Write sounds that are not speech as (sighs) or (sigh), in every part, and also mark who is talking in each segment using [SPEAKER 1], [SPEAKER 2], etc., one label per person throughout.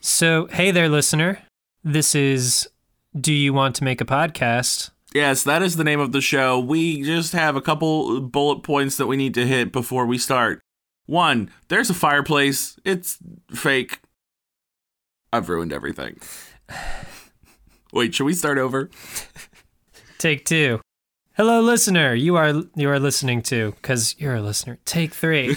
[SPEAKER 1] So, hey there, listener. This is Do You Want to Make a Podcast?
[SPEAKER 2] Yes, that is the name of the show. We just have a couple bullet points that we need to hit before we start. One, there's a fireplace. It's fake. I've ruined everything. (sighs) Wait, should we start over?
[SPEAKER 1] Take two. Hello, listener. You are you are listening to because you're a listener. Take three.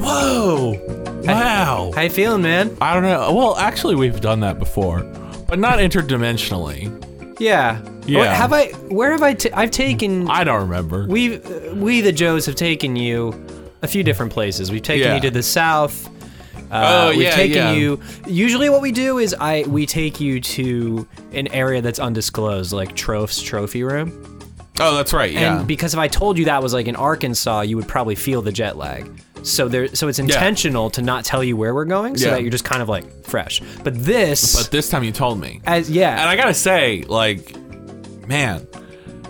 [SPEAKER 3] Whoa! Wow!
[SPEAKER 1] How you feeling, man?
[SPEAKER 3] I don't know. Well, actually, we've done that before, but not interdimensionally.
[SPEAKER 4] Yeah.
[SPEAKER 3] Yeah.
[SPEAKER 4] What- Have I? Where have I? T- I've taken.
[SPEAKER 3] I don't remember.
[SPEAKER 4] we've uh, we the Joes have taken you a few different places. We've taken
[SPEAKER 3] Yeah.
[SPEAKER 4] you to the south. Uh,
[SPEAKER 3] Oh,
[SPEAKER 4] we've
[SPEAKER 3] yeah,
[SPEAKER 4] taken
[SPEAKER 3] yeah.
[SPEAKER 4] you. Usually, what we do is I we take you to an area that's undisclosed, like Troph's trophy room.
[SPEAKER 3] oh, that's right. Yeah.
[SPEAKER 4] And because if I told you that was like in Arkansas, you would probably feel the jet lag. So there, so it's intentional to not tell you where we're going, so
[SPEAKER 3] Yeah.
[SPEAKER 4] that you're just kind of like fresh. But this,
[SPEAKER 3] but this time you told me.
[SPEAKER 4] as yeah,
[SPEAKER 3] And I gotta say, like, man,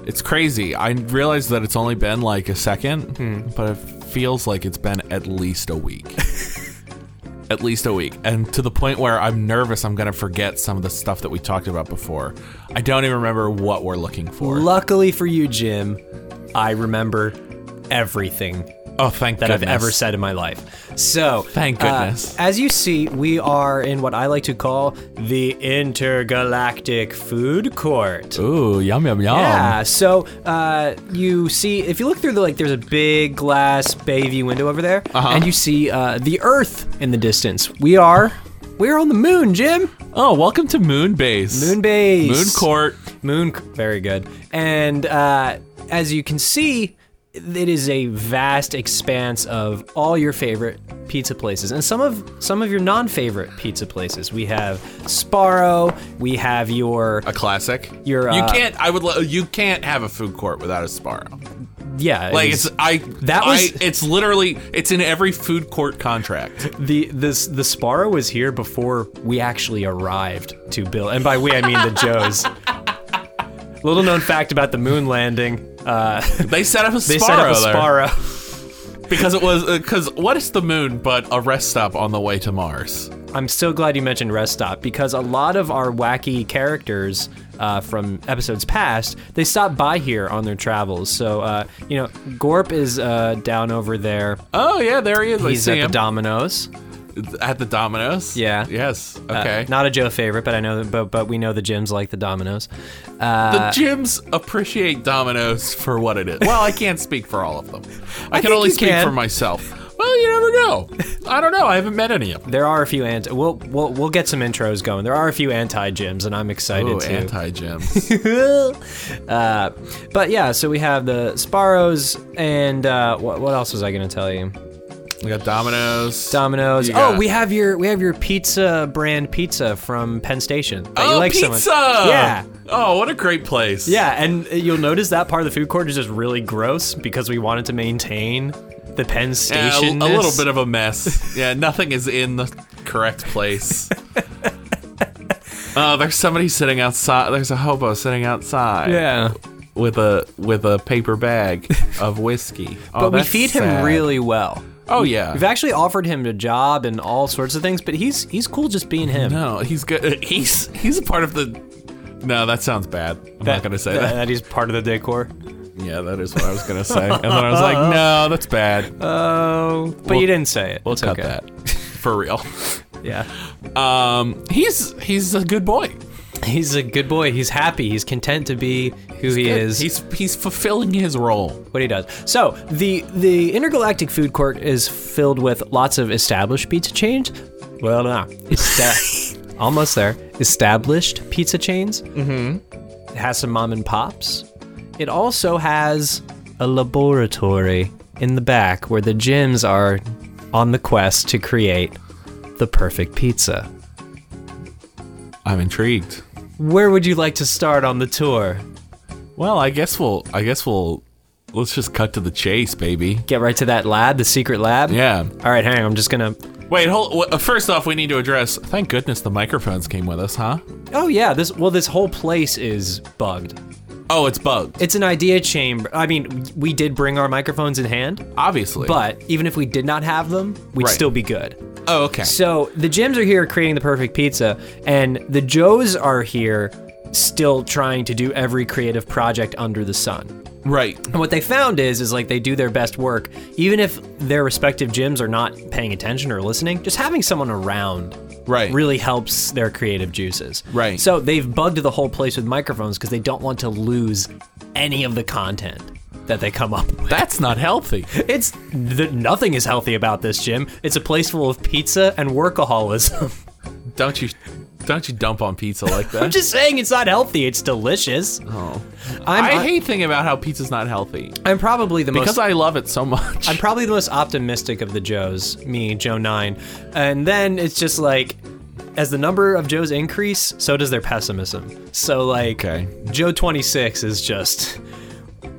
[SPEAKER 3] it's crazy. I realized that it's only been like a second,
[SPEAKER 4] Hmm.
[SPEAKER 3] but it feels like it's been at least
[SPEAKER 4] (laughs)
[SPEAKER 3] a week. at least a week. And to the point where I'm nervous I'm gonna forget some of the stuff that we talked about before. I don't even remember what we're looking for.
[SPEAKER 4] Luckily for you, Jim, I remember everything
[SPEAKER 3] oh, thank
[SPEAKER 4] that
[SPEAKER 3] goodness.
[SPEAKER 4] I've ever said in my life. So,
[SPEAKER 3] Thank
[SPEAKER 4] uh,
[SPEAKER 3] goodness.
[SPEAKER 4] as you see, we are in what I like to call the intergalactic food court.
[SPEAKER 3] Ooh, yum yum yum.
[SPEAKER 4] Yeah, so uh, you see, if you look through the like, there's a big glass bay view window over there,
[SPEAKER 3] Uh-huh.
[SPEAKER 4] and you see uh, the Earth in the distance. We are, we're on the moon, Jim.
[SPEAKER 3] Oh, welcome to Moon Base.
[SPEAKER 4] Moon base.
[SPEAKER 3] Moon Court.
[SPEAKER 4] Moon, very good. And uh, as you can see, it is a vast expanse of all your favorite pizza places, and some of some of your non-favorite pizza places. We have Sparrow. We have your
[SPEAKER 3] A classic.
[SPEAKER 4] You're,
[SPEAKER 3] you
[SPEAKER 4] uh,
[SPEAKER 3] can't. I would. lo- You can't have a food court without a Sparrow.
[SPEAKER 4] yeah. it
[SPEAKER 3] Like
[SPEAKER 4] is
[SPEAKER 3] it's. I.
[SPEAKER 4] That was-
[SPEAKER 3] I, it's literally. It's in every food court contract.
[SPEAKER 4] the this the Sparrow was here before we actually arrived to build, and by we I
[SPEAKER 3] (laughs)
[SPEAKER 4] mean the Joes. Little known fact about the moon landing. Uh,
[SPEAKER 3] They set up
[SPEAKER 4] (laughs)
[SPEAKER 3] a
[SPEAKER 4] they
[SPEAKER 3] Sparrow
[SPEAKER 4] set
[SPEAKER 3] there
[SPEAKER 4] up a Sparrow.
[SPEAKER 3] because it was. Because what is the moon but a rest stop on the way to Mars?
[SPEAKER 4] I'm still glad you mentioned rest stop because a lot of our wacky characters uh, from episodes past they stop by here on their travels. So uh, you know, Gorp is uh, down over there.
[SPEAKER 3] Oh yeah, there he is. I
[SPEAKER 4] He's
[SPEAKER 3] see
[SPEAKER 4] at the
[SPEAKER 3] him.
[SPEAKER 4] Domino's.
[SPEAKER 3] at the Domino's.
[SPEAKER 4] Yeah.
[SPEAKER 3] Yes.
[SPEAKER 4] Uh,
[SPEAKER 3] Okay.
[SPEAKER 4] not a Joe favorite, but I know that. But but we know the gyms like the Domino's.
[SPEAKER 3] the gyms appreciate Domino's for
[SPEAKER 4] (laughs)
[SPEAKER 3] what it is. Well, I can't speak for all of them. I, can
[SPEAKER 4] think
[SPEAKER 3] only
[SPEAKER 4] you
[SPEAKER 3] speak
[SPEAKER 4] can.
[SPEAKER 3] for myself. Well, you never know. I don't know. I haven't met any
[SPEAKER 4] (laughs)
[SPEAKER 3] of them.
[SPEAKER 4] There are a few anti. We'll we'll, we'll get some intros going. There are a few anti gyms, and I'm excited
[SPEAKER 3] Ooh,
[SPEAKER 4] to.
[SPEAKER 3] anti gyms.
[SPEAKER 4] (laughs) uh, but yeah, so we have the Sparrows, and uh, what what else was I gonna tell you?
[SPEAKER 3] we got Domino's.
[SPEAKER 4] Domino's.
[SPEAKER 3] You got-
[SPEAKER 4] Oh, we have your we have your pizza brand pizza from Penn Station. that
[SPEAKER 3] oh,
[SPEAKER 4] you like so
[SPEAKER 3] pizza!
[SPEAKER 4] much. Yeah.
[SPEAKER 3] Oh, what a great place.
[SPEAKER 4] Yeah, and you'll notice that part of the food court is just really gross because we wanted to maintain the Penn
[SPEAKER 3] Yeah, a,
[SPEAKER 4] Station.
[SPEAKER 3] a little bit of a mess. yeah, nothing is in the correct
[SPEAKER 4] (laughs)
[SPEAKER 3] place. Oh, there's somebody sitting outside. There's a hobo sitting outside.
[SPEAKER 4] Yeah.
[SPEAKER 3] With a with a paper bag
[SPEAKER 4] (laughs)
[SPEAKER 3] of whiskey. Oh,
[SPEAKER 4] But we
[SPEAKER 3] that's
[SPEAKER 4] feed him
[SPEAKER 3] sad.
[SPEAKER 4] really well.
[SPEAKER 3] Oh yeah.
[SPEAKER 4] We've actually offered him a job and all sorts of things, but he's he's cool just being him.
[SPEAKER 3] No, he's good. (laughs) He's he's a part of the. No, that sounds bad. I'm not gonna say that.
[SPEAKER 4] That Uh-huh. he's part of the decor.
[SPEAKER 3] Yeah, that is what I was gonna say. And then
[SPEAKER 4] (laughs)
[SPEAKER 3] I was like, no, that's bad.
[SPEAKER 4] Oh, but you didn't say it.
[SPEAKER 3] We'll
[SPEAKER 4] it's
[SPEAKER 3] cut
[SPEAKER 4] okay.
[SPEAKER 3] that. For real.
[SPEAKER 4] Yeah.
[SPEAKER 3] Um, he's he's a good boy.
[SPEAKER 4] He's a good boy. He's happy. He's content to be who he is.
[SPEAKER 3] He's he's fulfilling his role.
[SPEAKER 4] what he does. So the the intergalactic food court is filled with lots of established pizza chains. Well, nah, esta- almost there. Established pizza chains. Mm-hmm. It has some mom and pops. It also has a laboratory in the back where the gyms are on the quest to create the perfect pizza.
[SPEAKER 3] I'm intrigued.
[SPEAKER 4] Where would you like to start on the tour?
[SPEAKER 3] Well, I guess we'll I guess we'll let's just cut to the chase, baby.
[SPEAKER 4] Get right to that lab, the secret lab.
[SPEAKER 3] Yeah.
[SPEAKER 4] All right, hang on. I'm just gonna
[SPEAKER 3] Wait, hold. w- uh, First off, we need to address. Thank goodness the microphones came with us, huh?
[SPEAKER 4] Oh yeah, this well this whole place is bugged.
[SPEAKER 3] Oh, it's bugged.
[SPEAKER 4] It's an idea chamber. I mean, we did bring our microphones in hand,
[SPEAKER 3] Obviously.
[SPEAKER 4] but even if we did not have them, we'd
[SPEAKER 3] Right.
[SPEAKER 4] still be good.
[SPEAKER 3] oh, okay.
[SPEAKER 4] So, the gyms are here creating the perfect pizza and the Joes are here still trying to do every creative project under the sun.
[SPEAKER 3] Right.
[SPEAKER 4] And what they found is is like they do their best work even if their respective gyms are not paying attention or listening, just having someone around
[SPEAKER 3] Right.
[SPEAKER 4] really helps their creative juices.
[SPEAKER 3] Right.
[SPEAKER 4] So they've bugged the whole place with microphones because they don't want to lose any of the content that they come up with. (laughs)
[SPEAKER 3] That's not healthy.
[SPEAKER 4] It's th- nothing is healthy about this, Jim. It's a place full of pizza and workaholism. (laughs)
[SPEAKER 3] (laughs) don't you? Don't you dump on pizza (laughs) like that?
[SPEAKER 4] I'm just saying it's not healthy. It's delicious.
[SPEAKER 3] Oh.
[SPEAKER 4] I'm,
[SPEAKER 3] I hate thinking about how pizza's not healthy
[SPEAKER 4] I'm probably the
[SPEAKER 3] because
[SPEAKER 4] most.
[SPEAKER 3] I love it so much. (laughs)
[SPEAKER 4] I'm probably the most optimistic of the Joes, me, Joe Nine. And then it's just like, as the number of Joes increase, so does their pessimism. So, like,
[SPEAKER 3] Okay.
[SPEAKER 4] Joe 26 is just,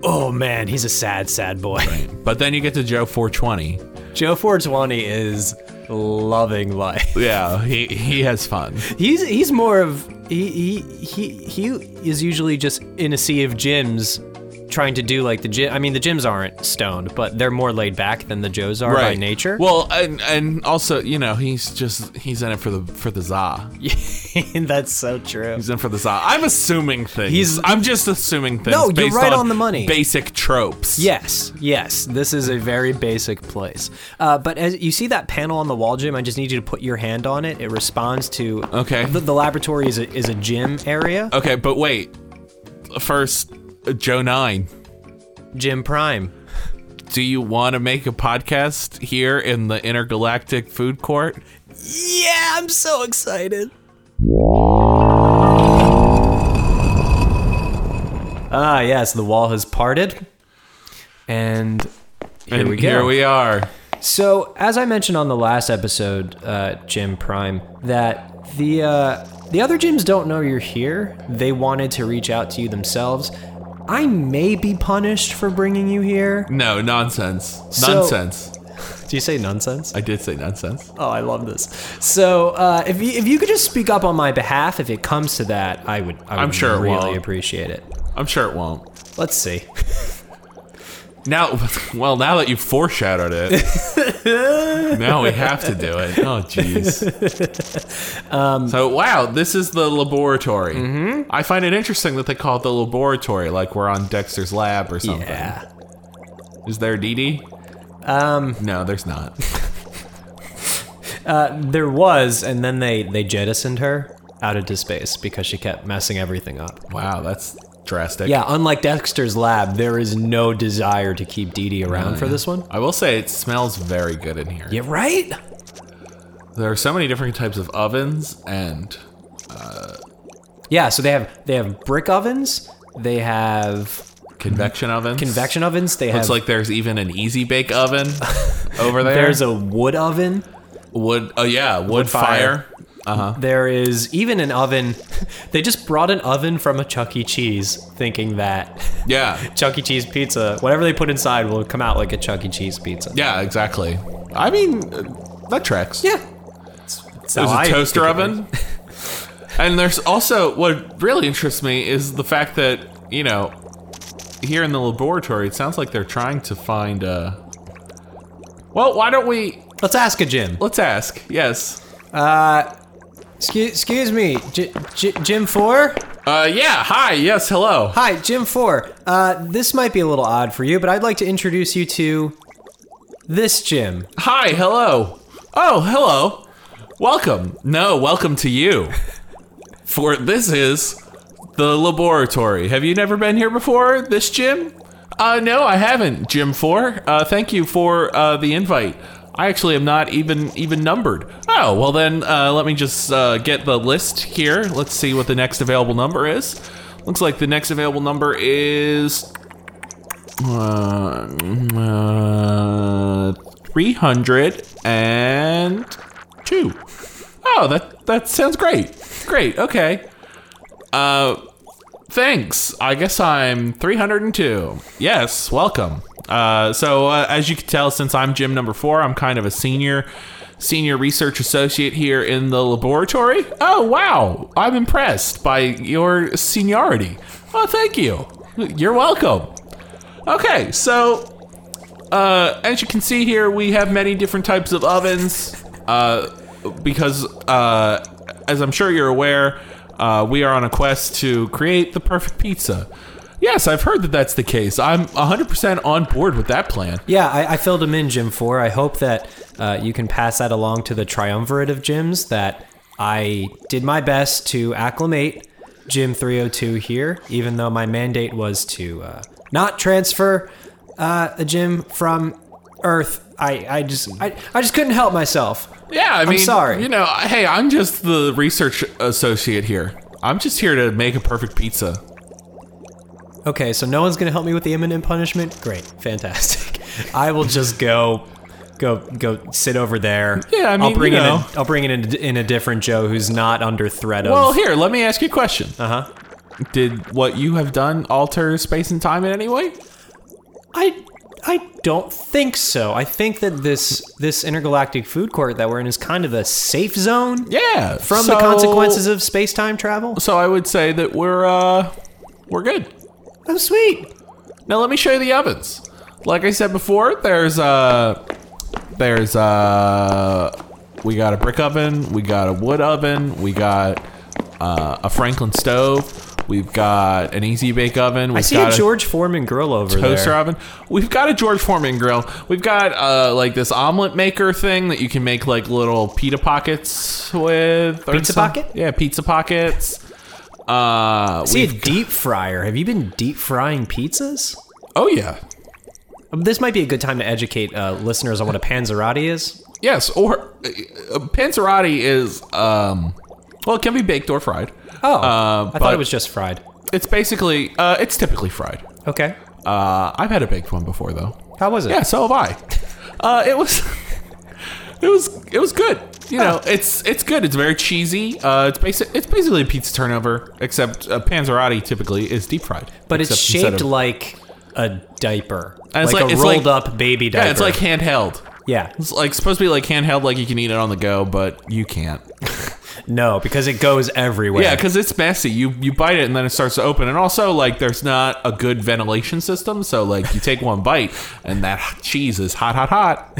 [SPEAKER 4] oh man, he's a sad, sad boy. (laughs)
[SPEAKER 3] But then you get to Joe 420.
[SPEAKER 4] Joe 420 is loving life. (laughs)
[SPEAKER 3] Yeah, he he has fun.
[SPEAKER 4] He's he's more of he he he, he is usually just in a sea of gyms trying to do like the gym I mean the gyms aren't stoned but they're more laid back than the Joes are by nature.
[SPEAKER 3] Well, and and also, you know, he's just he's in it for the for the za.
[SPEAKER 4] (laughs) that's so true.
[SPEAKER 3] He's in for the za. I'm assuming things.
[SPEAKER 4] He's-
[SPEAKER 3] I'm just assuming things.
[SPEAKER 4] No, you're
[SPEAKER 3] based
[SPEAKER 4] right on the money.
[SPEAKER 3] Basic tropes.
[SPEAKER 4] Yes, yes. This is a very basic place. Uh, but as you see that panel on the wall, Jim, I just need you to put your hand on it. It responds to
[SPEAKER 3] Okay. Oh.
[SPEAKER 4] The, the laboratory is a, is a gym area.
[SPEAKER 3] Okay, but wait. First, uh, Joe Nine.
[SPEAKER 4] Gym Prime.
[SPEAKER 3] Do you want to make a podcast here in the intergalactic food court?
[SPEAKER 4] Yeah, I'm so excited. Ah, yes, the wall has parted. And here
[SPEAKER 3] And
[SPEAKER 4] we go.
[SPEAKER 3] Here we are.
[SPEAKER 4] so, as I mentioned on the last episode, uh, Jim Prime, that the uh, the other gyms don't know you're here. They wanted to reach out to you themselves. I may be punished for bringing you here.
[SPEAKER 3] No nonsense.
[SPEAKER 4] So-
[SPEAKER 3] nonsense.
[SPEAKER 4] Do you say nonsense?
[SPEAKER 3] I did say nonsense.
[SPEAKER 4] Oh, I love this. So, uh, if you, if you could just speak up on my behalf, if it comes to that, I would. I would
[SPEAKER 3] I'm sure it
[SPEAKER 4] really
[SPEAKER 3] won't.
[SPEAKER 4] appreciate it.
[SPEAKER 3] I'm sure it won't.
[SPEAKER 4] Let's see.
[SPEAKER 3] Now, (laughs) well, now that you've foreshadowed it,
[SPEAKER 4] (laughs)
[SPEAKER 3] now we have to do it. Oh, jeez.
[SPEAKER 4] Um,
[SPEAKER 3] so, wow, this is the laboratory. Mm-hmm. I find it interesting that they call it the laboratory, like we're on Dexter's lab or something.
[SPEAKER 4] Yeah.
[SPEAKER 3] Is there DD? Um, no, there's not.
[SPEAKER 4] There was, and then they they jettisoned her out into space because she kept messing everything up.
[SPEAKER 3] Wow, that's drastic.
[SPEAKER 4] Yeah, unlike Dexter's lab, there is no desire to keep Dee Dee around
[SPEAKER 3] Oh,
[SPEAKER 4] for this one.
[SPEAKER 3] I will say it smells very good in here.
[SPEAKER 4] Yeah, right?
[SPEAKER 3] There are so many different types of ovens, and
[SPEAKER 4] Yeah, so they have they have brick ovens, they have
[SPEAKER 3] convection ovens.
[SPEAKER 4] Mm-hmm. convection ovens, they
[SPEAKER 3] Looks
[SPEAKER 4] have
[SPEAKER 3] like there's even an easy
[SPEAKER 4] (laughs)
[SPEAKER 3] bake oven over there.
[SPEAKER 4] there's a wood oven.
[SPEAKER 3] Wood. Oh yeah, wood, fire.
[SPEAKER 4] fire. There is even an oven. (laughs) They just brought an oven from a Chuck E. Cheese, thinking that (laughs)
[SPEAKER 3] Yeah,
[SPEAKER 4] Chuck E. Cheese pizza, whatever they put inside, will come out like a Chuck E. Cheese pizza.
[SPEAKER 3] yeah, exactly. I mean, uh, that tracks.
[SPEAKER 4] Yeah. It's
[SPEAKER 3] there's
[SPEAKER 4] how I
[SPEAKER 3] a toaster
[SPEAKER 4] think it is.
[SPEAKER 3] oven, (laughs) and there's also what really interests me is the fact that you know, here in the laboratory, it sounds like they're trying to find. Uh, well, why don't we?
[SPEAKER 4] Let's ask a Jim.
[SPEAKER 3] Let's ask. Yes.
[SPEAKER 4] Excuse, excuse me, J- J- Jim Four.
[SPEAKER 3] Uh, yeah. Hi. Yes. Hello.
[SPEAKER 4] Hi, Jim Four. Uh, this might be a little odd for you, but I'd like to introduce you to this Jim.
[SPEAKER 3] Hi. Hello. Oh, hello. Welcome. No, welcome to you. For this is the laboratory. Have you never been here before? This gym? Uh, no, I haven't. Gym four. Uh, thank you for uh, the invite. I actually am not even even numbered. Oh well, then uh, let me just uh, get the list here. Let's see what the next available number is. Looks like the next available number is uh, three hundred and two. Oh, that that sounds great. Great. Okay. Uh, thanks. I guess I'm 302. Yes, welcome. Uh, so uh, as you can tell, since I'm gym number four, I'm kind of a senior, senior research associate here in the laboratory. Oh wow, I'm impressed by your seniority. Oh, thank you. You're welcome. Okay, so uh, as you can see here, we have many different types of ovens. Uh, because, uh, as I'm sure you're aware, uh, we are on a quest to create the perfect pizza. Yes, I've heard that that's the case. I'm 100% on board with that plan.
[SPEAKER 4] Yeah, I, I filled him in, Jim Four. I hope that uh, you can pass that along to the triumvirate of gyms that I did my best to acclimate Jim 302 here, even though my mandate was to uh, not transfer uh, a gym from Earth. I, I just I, I just couldn't help myself.
[SPEAKER 3] Yeah, I mean,
[SPEAKER 4] sorry.
[SPEAKER 3] You know, I- hey, I'm just the research associate here. I'm just here to make a perfect pizza.
[SPEAKER 4] Okay, so no one's gonna help me with the imminent punishment. Great, fantastic. (laughs) I will just go, go, go sit over there.
[SPEAKER 3] Yeah, I mean,
[SPEAKER 4] will bring
[SPEAKER 3] you
[SPEAKER 4] in
[SPEAKER 3] know.
[SPEAKER 4] a, I'll bring in a, in a different Joe who's not under threat of.
[SPEAKER 3] Well, here, let me ask you a question.
[SPEAKER 4] uh huh.
[SPEAKER 3] Did what you have done alter space and time in any way?
[SPEAKER 4] I I don't think so. I think that this this intergalactic food court that we're in is kind of a safe zone
[SPEAKER 3] Yeah,
[SPEAKER 4] from
[SPEAKER 3] so-
[SPEAKER 4] the consequences of space time travel.
[SPEAKER 3] So I would say that we're uh we're good.
[SPEAKER 4] Oh, sweet.
[SPEAKER 3] Now let me show you the ovens. Like I said before, there's uh there's uh we got a brick oven, we got a wood oven, we got uh, a Franklin stove, we've got an easy bake oven, we've
[SPEAKER 4] I see a
[SPEAKER 3] got
[SPEAKER 4] George Foreman grill over
[SPEAKER 3] toaster
[SPEAKER 4] there.
[SPEAKER 3] oven. We've got a George Foreman grill. We've got uh like this omelet maker thing that you can make like little pita pockets with. or
[SPEAKER 4] Pizza
[SPEAKER 3] some-
[SPEAKER 4] pocket?
[SPEAKER 3] Yeah, pizza pockets. Uh,
[SPEAKER 4] I see a
[SPEAKER 3] we've-
[SPEAKER 4] deep fryer. Have you been deep frying pizzas?
[SPEAKER 3] oh yeah,
[SPEAKER 4] This might be a good time to educate uh, listeners on what a panzerotti is.
[SPEAKER 3] yes. Or uh, uh, panzerotti is um, well, it can be baked or fried.
[SPEAKER 4] Oh,
[SPEAKER 3] uh,
[SPEAKER 4] I
[SPEAKER 3] but
[SPEAKER 4] thought it was just fried.
[SPEAKER 3] It's basically uh, it's typically fried.
[SPEAKER 4] Okay,
[SPEAKER 3] Uh, I've had a baked one before though.
[SPEAKER 4] how was it?
[SPEAKER 3] Yeah, so have I. Uh, it was, (laughs) it was, it was good. You know, it's it's good. It's very cheesy. Uh, it's basic. It's basically a pizza turnover, except uh, panzerotti typically is deep fried.
[SPEAKER 4] but it's
[SPEAKER 3] Except instead
[SPEAKER 4] shaped
[SPEAKER 3] of-
[SPEAKER 4] like a diaper,
[SPEAKER 3] And
[SPEAKER 4] like,
[SPEAKER 3] it's like-
[SPEAKER 4] a
[SPEAKER 3] it's
[SPEAKER 4] rolled
[SPEAKER 3] like-
[SPEAKER 4] up baby diaper.
[SPEAKER 3] yeah, it's like handheld.
[SPEAKER 4] yeah,
[SPEAKER 3] It's like supposed to be like handheld, like you can eat it on the go, but you can't.
[SPEAKER 4] no, because it goes everywhere.
[SPEAKER 3] Yeah, because it's messy. You you bite it and then it starts to open, and also like there's not a good ventilation system, so like you take one bite and that cheese is hot, hot, hot.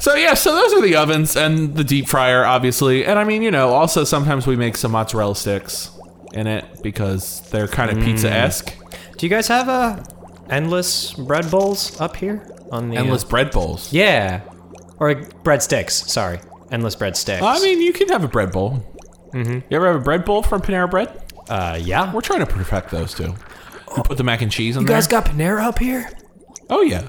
[SPEAKER 3] So yeah, so those are the ovens and the deep fryer, obviously, and I mean you know also sometimes we make some mozzarella sticks in it because they're kind of pizza esque.
[SPEAKER 4] Do you guys have uh, endless bread bowls up here on the uh,
[SPEAKER 3] Endless bread bowls.
[SPEAKER 4] yeah, or breadsticks. Sorry, endless breadsticks.
[SPEAKER 3] I mean you can have a bread bowl. Mm-hmm. You ever have a bread bowl from Panera Bread?
[SPEAKER 4] uh, yeah.
[SPEAKER 3] We're trying to perfect those two. You put the mac and cheese in
[SPEAKER 4] You
[SPEAKER 3] there.
[SPEAKER 4] guys got Panera up here?
[SPEAKER 3] Oh yeah.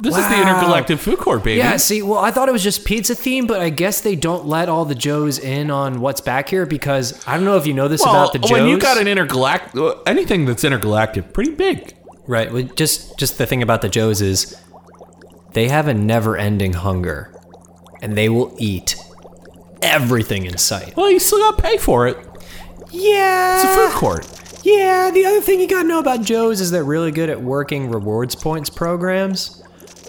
[SPEAKER 3] This is the
[SPEAKER 4] Wow.
[SPEAKER 3] intergalactic food court, baby.
[SPEAKER 4] Yeah, see, well, I thought it was just pizza themed, but I guess they don't let all the Joes in on what's back here because I don't know if you know this
[SPEAKER 3] Well,
[SPEAKER 4] about the Joes.
[SPEAKER 3] when you got an intergalactic, anything that's intergalactic, pretty big.
[SPEAKER 4] right, well, just just the thing about the Joes is they have a never-ending hunger, and they will eat everything in sight.
[SPEAKER 3] Well, you still got to pay for it. It's
[SPEAKER 4] Yeah,
[SPEAKER 3] a food court.
[SPEAKER 4] Yeah, the other thing you gotta know about Joes is they're really good at working rewards points programs.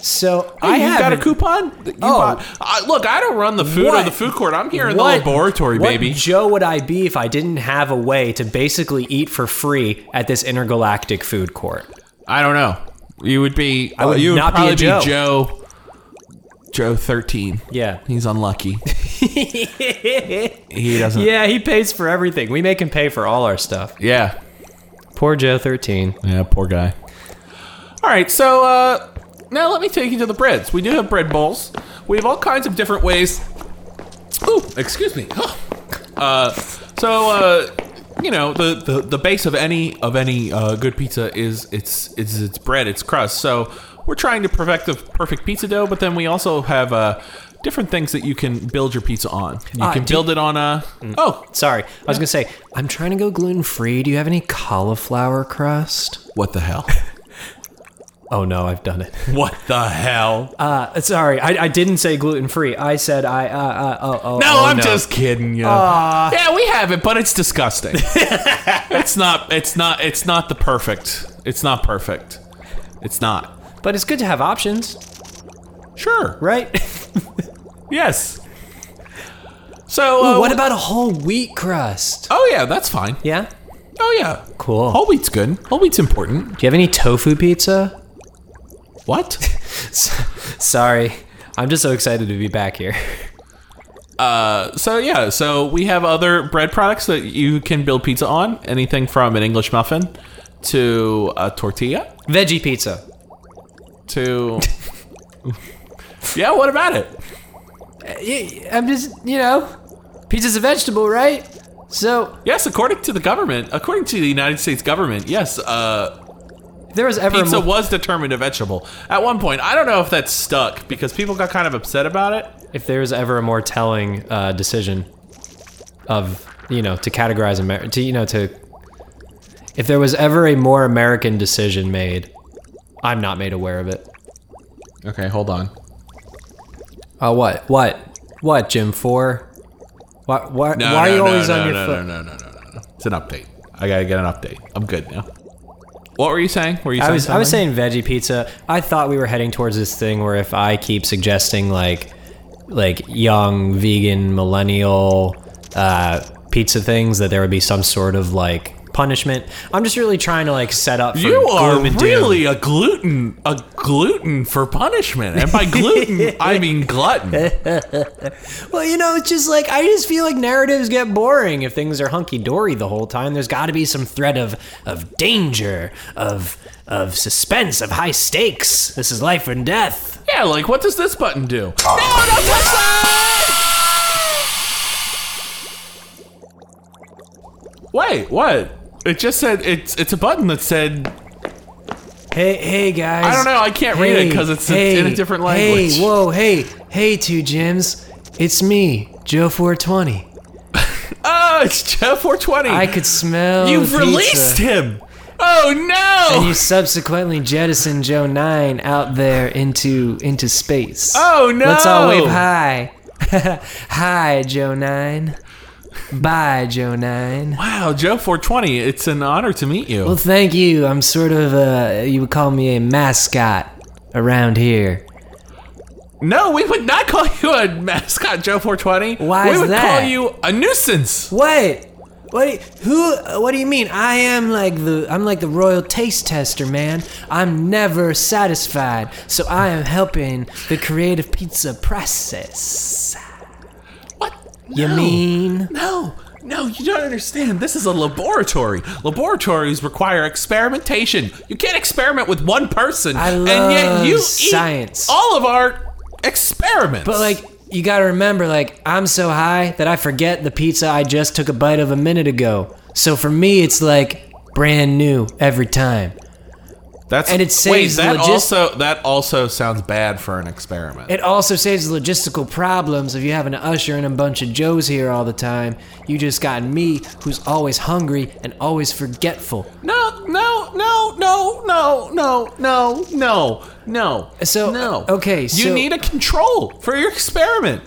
[SPEAKER 4] So I
[SPEAKER 3] Hey, you got a
[SPEAKER 4] haven't-
[SPEAKER 3] coupon? You
[SPEAKER 4] Oh.
[SPEAKER 3] bought- I- look, I don't run the food or
[SPEAKER 4] What?
[SPEAKER 3] the food court. I'm here in
[SPEAKER 4] What-
[SPEAKER 3] the laboratory,
[SPEAKER 4] what
[SPEAKER 3] baby.
[SPEAKER 4] Joe would I be if I didn't have a way to basically eat for free at this intergalactic food court?
[SPEAKER 3] I don't know. You would be. I
[SPEAKER 4] would
[SPEAKER 3] you
[SPEAKER 4] not be a
[SPEAKER 3] probably Joe. Joe. thirteen.
[SPEAKER 4] (laughs) Yeah.
[SPEAKER 3] He's unlucky. He doesn't. Yeah.
[SPEAKER 4] yeah, he pays for everything. We make him pay for all our stuff.
[SPEAKER 3] yeah.
[SPEAKER 4] Poor Joe 13.
[SPEAKER 3] poor guy. All right, so uh, now let me take you to the breads. We do have bread bowls. We have all kinds of different ways. Ooh, excuse me. Uh, so uh, you know the, the, the base of any of any uh, good pizza is its is its bread, its crust. So we're trying to perfect the perfect pizza dough, but then we also have uh, different things that you can build your pizza on. You
[SPEAKER 4] Ah,
[SPEAKER 3] can
[SPEAKER 4] do-
[SPEAKER 3] build it on a oh
[SPEAKER 4] Sorry. I was going to say, I'm trying to go gluten free. Do you have any cauliflower crust?
[SPEAKER 3] what the hell.
[SPEAKER 4] Oh, no, I've done it.
[SPEAKER 3] (laughs)
[SPEAKER 4] (laughs)
[SPEAKER 3] What the hell?
[SPEAKER 4] Uh, sorry, I, I didn't say gluten free. I said, I, uh, uh, oh, oh.
[SPEAKER 3] No,
[SPEAKER 4] oh,
[SPEAKER 3] I'm just kidding. Yeah. yeah, we have it, but it's
[SPEAKER 4] (laughs)
[SPEAKER 3] disgusting. it's not. It's not. It's not the perfect. It's not perfect. It's not.
[SPEAKER 4] But it's good to have options,
[SPEAKER 3] Sure.
[SPEAKER 4] right?
[SPEAKER 3] Yes.
[SPEAKER 4] (laughs)
[SPEAKER 3] So uh,
[SPEAKER 4] what about a whole wheat crust?
[SPEAKER 3] Oh yeah, that's fine.
[SPEAKER 4] Yeah?
[SPEAKER 3] Oh yeah.
[SPEAKER 4] Cool.
[SPEAKER 3] Whole wheat's good. Whole wheat's important.
[SPEAKER 4] Do you have any tofu pizza? (laughs)
[SPEAKER 3] What?
[SPEAKER 4] Sorry. I'm just so excited to be back here. (laughs)
[SPEAKER 3] Uh, so yeah, so we have other bread products that you can build pizza on. Anything from an English muffin to a tortilla
[SPEAKER 4] Veggie pizza. (laughs)
[SPEAKER 3] to. yeah. What about it?
[SPEAKER 4] I'm just, you know, pizza's a vegetable, right? So,
[SPEAKER 3] Yes, according to the government, according to the United States government, yes, uh,
[SPEAKER 4] if there was ever
[SPEAKER 3] pizza
[SPEAKER 4] a mo-
[SPEAKER 3] was determined a vegetable at one point. I don't know if that's stuck because people got kind of upset about it.
[SPEAKER 4] if there was ever a more telling uh, decision of, you know, to categorize America, to you know, to if there was ever a more American decision made, I'm not made aware of it.
[SPEAKER 3] Okay, hold on.
[SPEAKER 4] Uh, what? What? What, Jim? Four? Why, why,
[SPEAKER 3] No,
[SPEAKER 4] why are you
[SPEAKER 3] no, no,
[SPEAKER 4] always
[SPEAKER 3] no,
[SPEAKER 4] on your
[SPEAKER 3] no,
[SPEAKER 4] foot?
[SPEAKER 3] No, no, no, no, no, no. It's an update. I gotta get an update. I'm good now. What were you saying? Were you?
[SPEAKER 4] I
[SPEAKER 3] saying
[SPEAKER 4] was I was
[SPEAKER 3] something?
[SPEAKER 4] saying veggie pizza. I thought we were heading towards this thing where if I keep suggesting like like young vegan millennial uh, pizza things that there would be some sort of like punishment. I'm just really trying to like set up. For
[SPEAKER 3] You are
[SPEAKER 4] gloom and doom.
[SPEAKER 3] really a gluten, a gluten for punishment,
[SPEAKER 4] (laughs)
[SPEAKER 3] and by gluten I mean glutton.
[SPEAKER 4] well, you know, it's just like I just feel like narratives get boring if things are hunky dory the whole time. There's got to be some thread of of danger, of of suspense, of high stakes. This is life and death.
[SPEAKER 3] Yeah, like what does this button do? Wait, what? It just said it's it's a button that said
[SPEAKER 4] Hey, hey guys.
[SPEAKER 3] I don't know, I can't read it 'cause it's in- in a different language.
[SPEAKER 4] Hey, whoa, hey, hey, two Jims. It's me, Joe 420.
[SPEAKER 3] "Oh, it's Joe 420."
[SPEAKER 4] I could smell.
[SPEAKER 3] You've
[SPEAKER 4] the
[SPEAKER 3] released
[SPEAKER 4] pizza.
[SPEAKER 3] him. Oh
[SPEAKER 4] And
[SPEAKER 3] no!
[SPEAKER 4] you subsequently jettisoned Joe 9 out there into into space.
[SPEAKER 3] Oh, no.
[SPEAKER 4] Let's all wave hi. (laughs) hi, Joe 9. Bye, Joe 9.
[SPEAKER 3] wow, Joe 420. It's an honor to meet you.
[SPEAKER 4] Well, thank you. I'm sort of uh you would call me a mascot around here.
[SPEAKER 3] no, we would not call (laughs) you a mascot, Joe 420.
[SPEAKER 4] Why
[SPEAKER 3] we
[SPEAKER 4] is
[SPEAKER 3] would
[SPEAKER 4] that?
[SPEAKER 3] call you a nuisance.
[SPEAKER 4] What? What? do you- Who? What do you mean? I am like the I'm like the royal taste tester, man. I'm never satisfied, so I am helping the creative pizza process.
[SPEAKER 3] What?
[SPEAKER 4] You
[SPEAKER 3] No.
[SPEAKER 4] mean?
[SPEAKER 3] No, no, you don't understand. This is a laboratory. Laboratories require experimentation. You can't experiment with one person.
[SPEAKER 4] I
[SPEAKER 3] and yet you
[SPEAKER 4] love science.
[SPEAKER 3] Eat all of our experiments.
[SPEAKER 4] But like, you gotta remember, like I'm so high that I forget the pizza I just took a bite of a minute ago. So for me, it's like brand new every time.
[SPEAKER 3] that's
[SPEAKER 4] and it saves
[SPEAKER 3] wait, that
[SPEAKER 4] logis-
[SPEAKER 3] also that also sounds bad for an experiment.
[SPEAKER 4] It also saves the logistical problems of you having to usher in a bunch of Joes here all the time. You just got me, who's always hungry and always forgetful.
[SPEAKER 3] no, no, no, no, no, no, no, no, no.
[SPEAKER 4] So,
[SPEAKER 3] no.
[SPEAKER 4] okay,
[SPEAKER 3] you
[SPEAKER 4] so-
[SPEAKER 3] need a control for your experiment.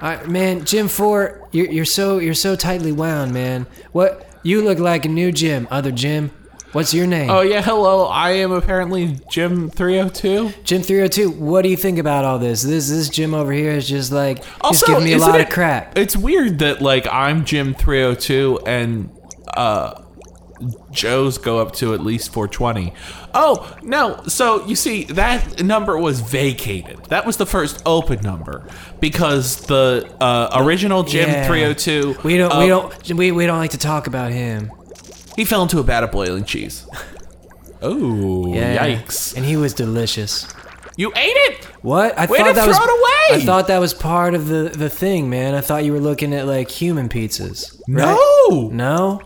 [SPEAKER 4] I, man, Jim Four, you're, you're so you're so tightly wound, man. What you look like a new Jim, other Jim. What's your name?
[SPEAKER 3] Oh yeah, hello. I am apparently oh Jim 302.
[SPEAKER 4] Jim 302. What do you think about all this? This this Jim over here is just like just
[SPEAKER 3] also,
[SPEAKER 4] giving me a
[SPEAKER 3] isn't
[SPEAKER 4] lot of
[SPEAKER 3] it-
[SPEAKER 4] crap.
[SPEAKER 3] It's weird that like I'm Jim 302 and oh uh Joe's go up to at least 420. Oh, no. So you see, that number was vacated. That was the first open number because the uh, original Jim
[SPEAKER 4] Yeah.
[SPEAKER 3] 302.
[SPEAKER 4] We don't.
[SPEAKER 3] uh,
[SPEAKER 4] we don't. We, we don't like to talk about him.
[SPEAKER 3] He fell into a vat of
[SPEAKER 4] (laughs)
[SPEAKER 3] boiling cheese. Oh, yikes.
[SPEAKER 4] And he was delicious.
[SPEAKER 3] You ate it?
[SPEAKER 4] What? I
[SPEAKER 3] Way
[SPEAKER 4] thought
[SPEAKER 3] to
[SPEAKER 4] that
[SPEAKER 3] throw
[SPEAKER 4] was.
[SPEAKER 3] it away!
[SPEAKER 4] I thought that was part of the the thing, man. I thought you were looking at like human pizzas. right?
[SPEAKER 3] No.
[SPEAKER 4] No.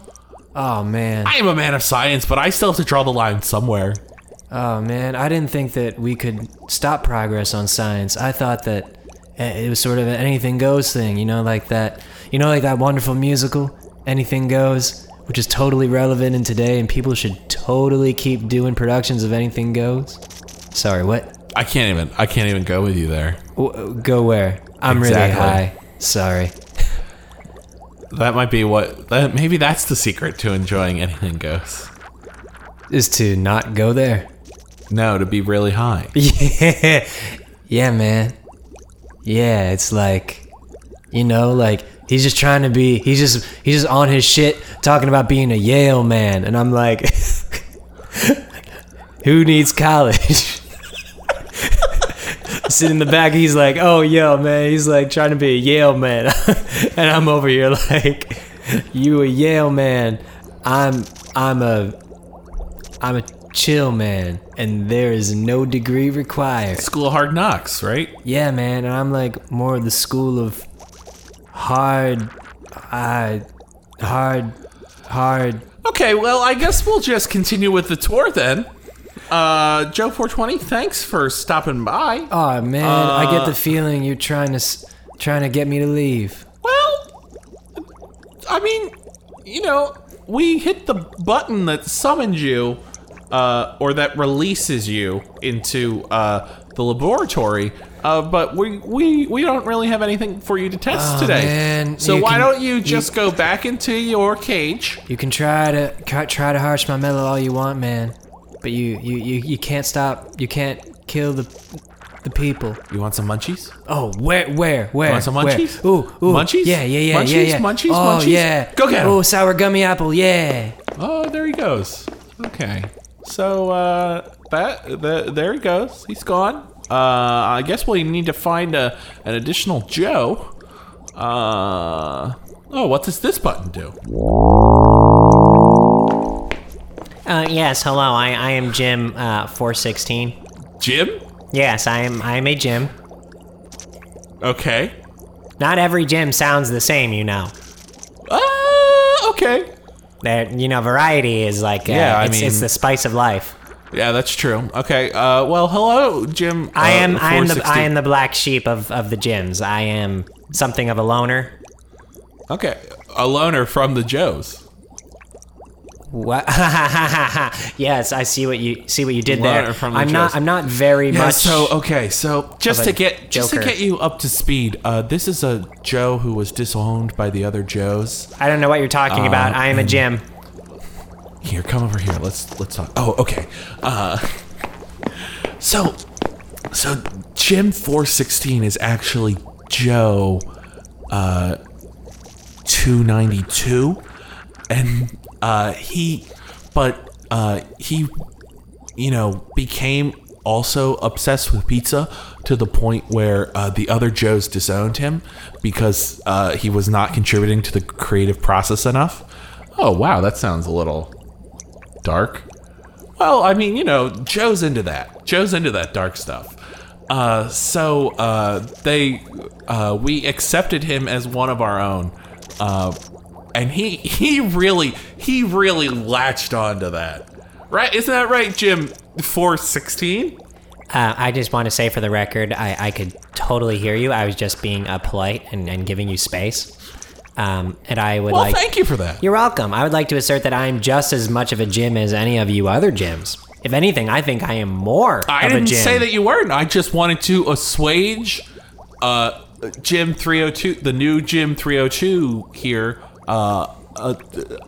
[SPEAKER 4] Oh man.
[SPEAKER 3] I am a man of science, but I still have to draw the line somewhere.
[SPEAKER 4] Oh man. I didn't think that we could stop progress on science. I thought that eh, it was sort of an anything goes thing. You know, like that. You know, like that wonderful musical, Anything Goes, which is totally relevant in today, and people should totally keep doing productions of Anything Goes. Sorry. What?
[SPEAKER 3] I can't even. I can't even go with you there.
[SPEAKER 4] W- go where? I'm
[SPEAKER 3] Exactly.
[SPEAKER 4] really high. Sorry.
[SPEAKER 3] That might be what. That, maybe that's the secret to enjoying anything goes.
[SPEAKER 4] Is to not go there. (laughs)
[SPEAKER 3] No, to be really high.
[SPEAKER 4] Yeah. Yeah, man. Yeah, it's like you know, like he's just trying to be he's just he's just on his shit talking about being a Yale man and I'm like (laughs) who needs college? (laughs) Sitting in the back, he's like, "Oh, yo, man." He's like trying to be a Yale man, (laughs) and I'm over here like, "You a Yale man? I'm I'm a I'm a chill man, and there is no degree required."
[SPEAKER 3] School of Hard Knocks, right?
[SPEAKER 4] Yeah, man, and I'm like more of the school of hard, uh, hard, hard.
[SPEAKER 3] Okay, well, I guess we'll just continue with the tour then. Uh, Joe 420, thanks for stopping by.
[SPEAKER 4] Oh man, I get
[SPEAKER 3] Uh.
[SPEAKER 4] the feeling you're trying to s- trying to get me to leave.
[SPEAKER 3] Well, I mean, you know, we hit the button that summons you, uh, or that releases you into uh, the laboratory. Uh, but we, we we don't really have anything for you to test
[SPEAKER 4] Oh,
[SPEAKER 3] today.
[SPEAKER 4] man.
[SPEAKER 3] so
[SPEAKER 4] You
[SPEAKER 3] why
[SPEAKER 4] can-
[SPEAKER 3] don't Ah, you just go back into your cage?
[SPEAKER 4] You can try to ca- try to harsh my mellow all you want, man, but you you you, you can't stop. You can't kill the the people.
[SPEAKER 3] You want some munchies?
[SPEAKER 4] Oh, where, where, where?
[SPEAKER 3] want some
[SPEAKER 4] where?
[SPEAKER 3] munchies?
[SPEAKER 4] Ooh, ooh.
[SPEAKER 3] Munchies?
[SPEAKER 4] Yeah, yeah, yeah, yeah,
[SPEAKER 3] Munchies,
[SPEAKER 4] yeah.
[SPEAKER 3] munchies,
[SPEAKER 4] oh,
[SPEAKER 3] munchies?
[SPEAKER 4] yeah.
[SPEAKER 3] Go get 'em.
[SPEAKER 4] Oh, sour gummy apple, yeah.
[SPEAKER 3] Oh, there he goes. Okay. So uh, that the, there he goes. He's gone. Uh, I guess we need to find a, an additional Joe. Uh, oh, what does this button do?
[SPEAKER 5] Uh, yes, hello. I, I am Jim uh, 416.
[SPEAKER 3] Jim.
[SPEAKER 5] Yes, I am I am a Jim.
[SPEAKER 3] Okay.
[SPEAKER 5] Not every Jim sounds the same, you know.
[SPEAKER 3] Uh, okay.
[SPEAKER 5] There, you know, variety is like uh,
[SPEAKER 3] Yeah, I
[SPEAKER 5] it's, it's
[SPEAKER 3] mean- uh,
[SPEAKER 5] the spice of life.
[SPEAKER 3] Yeah, that's true. Okay. Uh, well, hello, Jim.
[SPEAKER 5] I
[SPEAKER 3] uh,
[SPEAKER 5] am I am the
[SPEAKER 3] 460.
[SPEAKER 5] I am the black sheep of of the Jims. I am something of a loner.
[SPEAKER 3] Okay, a loner from the Joes.
[SPEAKER 5] What? (laughs) yes, I see what you see what you did
[SPEAKER 3] Loner
[SPEAKER 5] there.
[SPEAKER 3] from the
[SPEAKER 5] I'm not
[SPEAKER 3] Joes.
[SPEAKER 5] I'm not very
[SPEAKER 3] Yeah,
[SPEAKER 5] much.
[SPEAKER 3] so okay, so just
[SPEAKER 5] a
[SPEAKER 3] to get just to
[SPEAKER 5] joker.
[SPEAKER 3] get you up to speed, uh, this is a Joe who was disowned by the other Joes.
[SPEAKER 5] I don't know what you're talking
[SPEAKER 3] uh,
[SPEAKER 5] about. I am a Jim.
[SPEAKER 3] Here, come over here. Let's let's talk. Oh, okay. Uh, so, so Jim four sixteen is actually Joe, uh, two ninety two, and uh, he, but uh, he, you know, became also obsessed with pizza to the point where uh, the other Joes disowned him because uh, he was not contributing to the creative process enough. Oh wow, that sounds a little dark. Well, I mean, you know, Joe's into that. Joe's into that dark stuff. Uh, so uh, they uh, we accepted him as one of our own, uh, and he he really he really latched onto that. Right? Isn't that right, Jim? Four sixteen.
[SPEAKER 5] Uh, I just want to say for the record, I, I could totally hear you. I was just being uh, polite and, and giving you space. Um, and I would
[SPEAKER 3] Well,
[SPEAKER 5] like.
[SPEAKER 3] thank you for that.
[SPEAKER 5] You're welcome. I would like to assert that I'm just as much of a gym as any of you other gyms. If anything, I think I am more
[SPEAKER 3] I
[SPEAKER 5] of
[SPEAKER 3] didn't
[SPEAKER 5] a gym.
[SPEAKER 3] say that you weren't. I just wanted to assuage uh, Jim 302, the new Jim 302 here, uh, uh,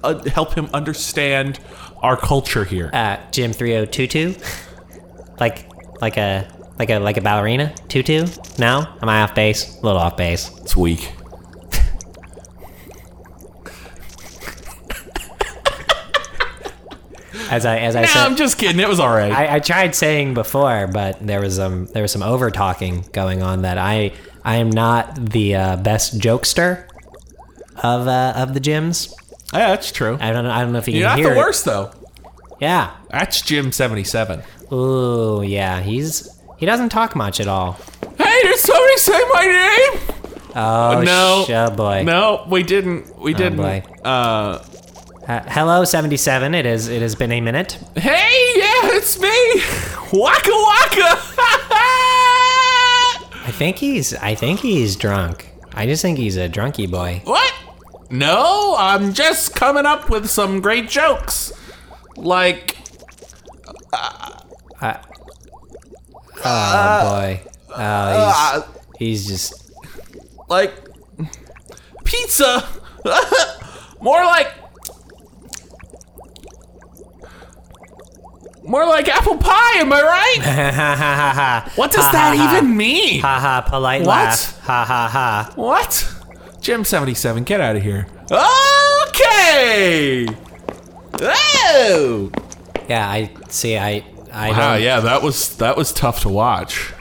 [SPEAKER 3] uh, help him understand our culture here.
[SPEAKER 5] uh, gym 3022? (laughs) like like a like a like a ballerina? Tutu? No? Am I off base? A little off base.
[SPEAKER 3] it's weak.
[SPEAKER 5] As I as I
[SPEAKER 3] Nah,
[SPEAKER 5] said,
[SPEAKER 3] I'm just kidding. It was all right.
[SPEAKER 5] I, I tried saying before, but there was um there was some over talking going on that I I am not the uh, best jokester of uh, of the gyms.
[SPEAKER 3] yeah, that's true.
[SPEAKER 5] I don't know. I don't know if you
[SPEAKER 3] You're
[SPEAKER 5] can
[SPEAKER 3] not
[SPEAKER 5] hear
[SPEAKER 3] the worst though.
[SPEAKER 5] It. Yeah.
[SPEAKER 3] That's Jim seventy seven.
[SPEAKER 5] Ooh, yeah. He's he doesn't talk much at all.
[SPEAKER 3] Hey, did somebody say my name?
[SPEAKER 5] Oh
[SPEAKER 3] Uh, no.
[SPEAKER 5] sh- oh, boy.
[SPEAKER 3] No, we didn't. We didn't.
[SPEAKER 5] boy.
[SPEAKER 3] uh,
[SPEAKER 5] Uh, hello, seventy seven. It is. It has been a minute.
[SPEAKER 3] hey, yeah, it's me, (laughs) Waka (laughs) Waka.
[SPEAKER 5] I think he's. I think he's drunk. I just think he's a drunky boy.
[SPEAKER 3] what? No, I'm just coming up with some great jokes. Like, Uh,
[SPEAKER 5] Oh boy. Oh, he's, he's just. (laughs)
[SPEAKER 3] like pizza. (laughs) more like, more like apple pie. Am
[SPEAKER 4] (laughs)
[SPEAKER 3] I right?
[SPEAKER 5] Ha ha ha ha.
[SPEAKER 3] what does that even mean?
[SPEAKER 5] Ha ha. Polite
[SPEAKER 3] What?
[SPEAKER 5] laugh. Ha ha ha.
[SPEAKER 3] What? Jim 77, get out of here. Okay! Oh!
[SPEAKER 5] Yeah, I see. I. I
[SPEAKER 3] Wow,
[SPEAKER 4] Um,
[SPEAKER 5] don't.
[SPEAKER 3] yeah, that was that was tough to watch.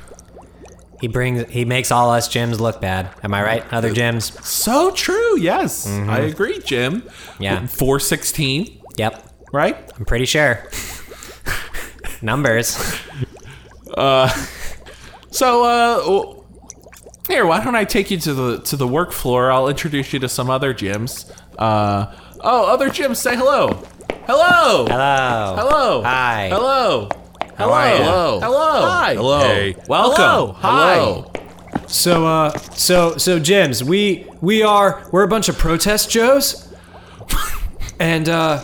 [SPEAKER 5] He brings. He makes all us gyms look bad. Am I right? Other gyms.
[SPEAKER 3] So true, yes. I agree, Jim.
[SPEAKER 5] Yeah.
[SPEAKER 3] 416,
[SPEAKER 5] Yep.
[SPEAKER 3] right?
[SPEAKER 5] I'm pretty sure. (laughs) Numbers.
[SPEAKER 3] So uh w- here, why don't I take you to the to the work floor? I'll introduce you to some other gyms. Uh oh, other gyms, say hello. Hello.
[SPEAKER 5] Hello.
[SPEAKER 3] Hello.
[SPEAKER 5] Oh. Hi.
[SPEAKER 3] Hello. Hello.
[SPEAKER 5] are you?
[SPEAKER 3] Hello. Hello. Hi. Hello.
[SPEAKER 2] Hey.
[SPEAKER 3] Welcome.
[SPEAKER 4] Hello.
[SPEAKER 3] Hi.
[SPEAKER 4] So, uh, so, so, Jims, we we are we're a bunch of protest Joes, (laughs) and uh,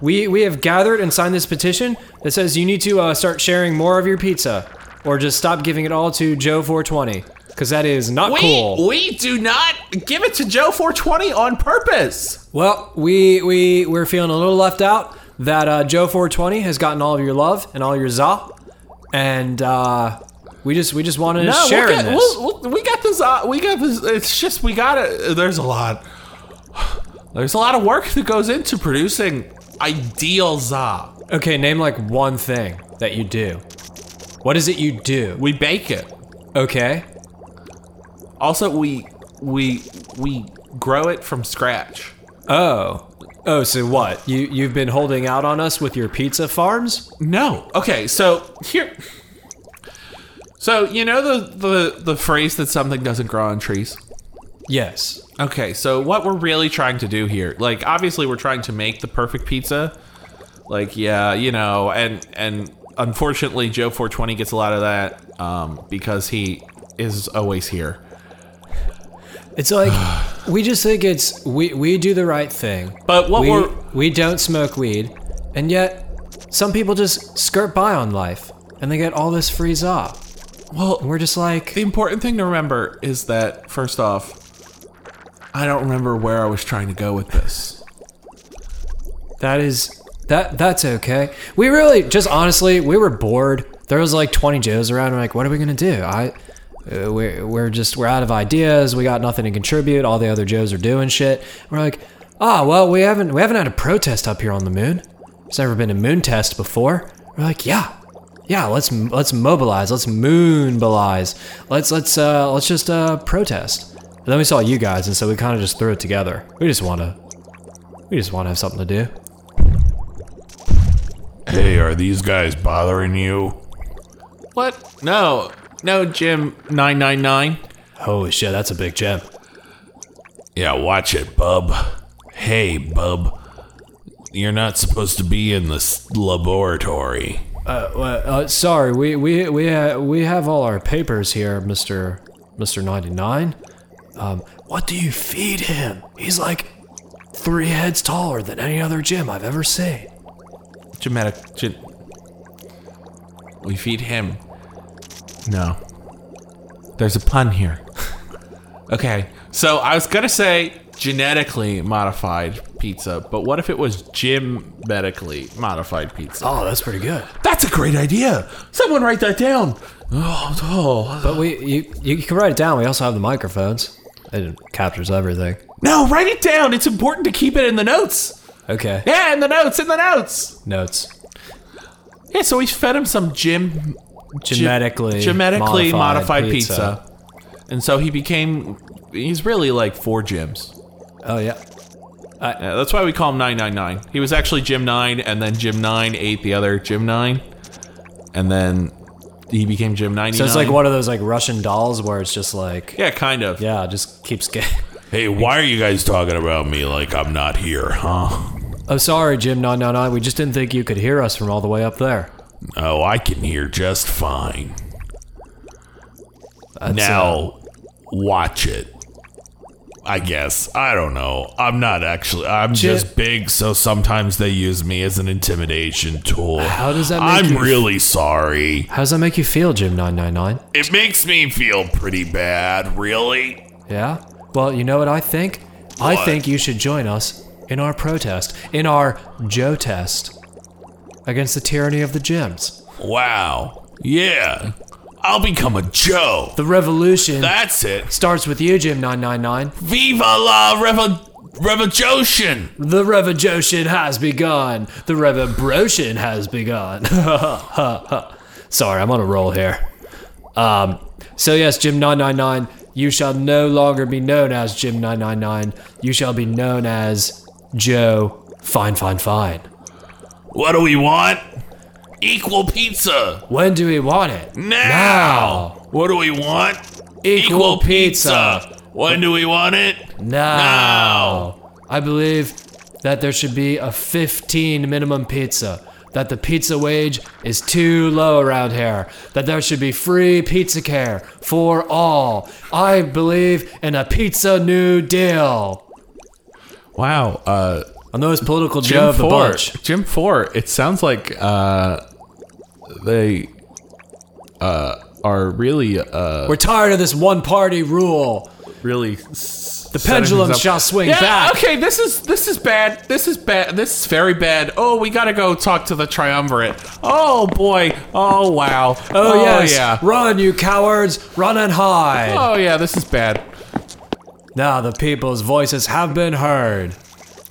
[SPEAKER 4] we we have gathered and signed this petition that says you need to uh, start sharing more of your pizza, or just stop giving it all to Joe 420, because that is not
[SPEAKER 3] We
[SPEAKER 4] cool.
[SPEAKER 3] we do not give it to Joe 420 on purpose.
[SPEAKER 4] Well, we we we're feeling a little left out that uh, Joe 420 has gotten all of your love and all your za, and uh, we just we just wanted to share
[SPEAKER 3] we'll
[SPEAKER 4] in
[SPEAKER 3] get,
[SPEAKER 4] this.
[SPEAKER 3] We'll, we'll, we got this. Uh, we got this. It's just we got to There's a lot. There's a lot of work that goes into producing ideal za.
[SPEAKER 4] Okay, name like one thing that you do. What is it you do?
[SPEAKER 3] We bake it.
[SPEAKER 4] Okay.
[SPEAKER 3] Also, we we we grow it from scratch.
[SPEAKER 4] Oh. Oh, so what? You you've been holding out on us with your pizza farms?
[SPEAKER 3] No. Okay, so here So, you know the the the phrase that something doesn't grow on trees?
[SPEAKER 4] Yes.
[SPEAKER 3] Okay, so what we're really trying to do here, like obviously we're trying to make the perfect pizza. Like yeah, you know, and and unfortunately Joe 420 gets a lot of that um because he is always here.
[SPEAKER 4] It's like we just think it's we we do the right thing.
[SPEAKER 3] But what
[SPEAKER 4] we,
[SPEAKER 3] we're
[SPEAKER 4] we don't smoke weed, and yet some people just skirt by on life and they get all this free za.
[SPEAKER 3] well,
[SPEAKER 4] And we're just like
[SPEAKER 3] the important thing to remember is that first off, I don't remember where I was trying to go with this.
[SPEAKER 4] That is that that's okay. We really just honestly we were bored. There was like 20 Joes around. We're like, what are we gonna do? I uh, we're, we're just we're out of ideas. We got nothing to contribute. All the other Joes are doing shit. We're like, ah, well we haven't we haven't had a protest up here on the moon. There's never been a moon test before. We're like, yeah, yeah. Let's let's mobilize. Let's moonbilize. Let's let's uh let's just uh protest. And then we saw you guys, and so we kind of just threw it together. We just wanna we just wanna have something to do.
[SPEAKER 6] Hey, are these guys bothering you?
[SPEAKER 3] What? No. No, Jim 999.
[SPEAKER 4] Holy shit, that's a big gem.
[SPEAKER 6] Yeah, watch it, bub. Hey, bub. You're not supposed to be in this laboratory.
[SPEAKER 4] Uh, uh, uh, sorry, we we we uh, we have all our papers here, Mister Mister Ninety Nine. Um, what do you feed him? He's like three heads taller than any other gym I've ever seen.
[SPEAKER 3] Genetic. Gen- we feed him. No. There's a pun here. (laughs) okay. So I was going to say genetically modified pizza, but what if it was Jim medically modified pizza?
[SPEAKER 4] Oh, that's pretty good.
[SPEAKER 3] That's a great idea. Someone write that down. Oh, oh.
[SPEAKER 4] But we you you can write it down. We also have the microphones. It captures everything.
[SPEAKER 3] No, write it down. It's important to keep it in the notes.
[SPEAKER 4] Okay.
[SPEAKER 3] Yeah, in the notes, in the notes.
[SPEAKER 4] Notes.
[SPEAKER 3] Yeah, so we fed him some gym
[SPEAKER 4] Genetically
[SPEAKER 3] genetically modified,
[SPEAKER 4] pizza.
[SPEAKER 3] pizza. and so he became. He's really like four gyms.
[SPEAKER 4] Oh yeah.
[SPEAKER 3] Yeah, that's why we call him nine nine nine. He was actually Jim nine, and then Jim nine ate the other Jim nine, and then he became Jim ninety.
[SPEAKER 4] So it's like one of those like Russian dolls where it's just like
[SPEAKER 3] Yeah, kind of.
[SPEAKER 4] yeah, it just keeps (laughs) getting.
[SPEAKER 6] Hey, why are you guys talking about me like I'm not here, huh?
[SPEAKER 4] Oh sorry, Jim. No, no, no. We just didn't think you could hear us from all the way up there.
[SPEAKER 6] Oh, I can hear just fine.
[SPEAKER 4] uh,
[SPEAKER 6] now, watch it. I guess. I don't know. I'm not actually. I'm just big, so sometimes they use me as an intimidation tool.
[SPEAKER 4] How does that make
[SPEAKER 6] I'm
[SPEAKER 4] you f-
[SPEAKER 6] really sorry.
[SPEAKER 4] How does that make you feel, Jim? Nine nine nine.
[SPEAKER 6] It makes me feel pretty bad, really.
[SPEAKER 4] Yeah? Well, you know what I think? I
[SPEAKER 6] What?
[SPEAKER 4] think you should join us in our protest, in our Joe test against the tyranny of the gyms.
[SPEAKER 6] Wow. Yeah. I'll become a Joe.
[SPEAKER 4] The revolution
[SPEAKER 6] That's it.
[SPEAKER 4] starts with you, Jim 999.
[SPEAKER 6] Viva la revo- revolution.
[SPEAKER 4] The revolution has begun. The revolution has begun. (laughs) Sorry, I'm on a roll here. Um, so yes, Jim 999, you shall no longer be known as Jim 999. You shall be known as Joe Fine Fine Fine.
[SPEAKER 6] What do we want? Equal pizza.
[SPEAKER 4] When do we want it?
[SPEAKER 6] Now. What do we want?
[SPEAKER 4] Equal pizza.
[SPEAKER 6] When do we want it?
[SPEAKER 4] Now. I believe that there should be a 15 minimum pizza. That the pizza wage is too low around here. That there should be free pizza care for all. I believe in a pizza new deal.
[SPEAKER 3] Wow. Uh,
[SPEAKER 4] I'm the most political
[SPEAKER 3] Jim
[SPEAKER 4] Joe of the
[SPEAKER 3] four.
[SPEAKER 4] bunch.
[SPEAKER 3] Jim four. It sounds like uh, they uh, are really uh,
[SPEAKER 4] We're tired of this one party rule.
[SPEAKER 3] really. The
[SPEAKER 4] Pendulum shall swing
[SPEAKER 3] Yeah.
[SPEAKER 4] back.
[SPEAKER 3] Okay. This is this is bad. This is bad. This is very bad. Oh, we gotta go talk to the triumvirate. Oh boy. Oh wow.
[SPEAKER 4] Oh, yes.
[SPEAKER 3] yeah.
[SPEAKER 4] Run, you cowards. Run and hide.
[SPEAKER 3] Oh yeah. This is bad.
[SPEAKER 4] Now the people's voices have been heard.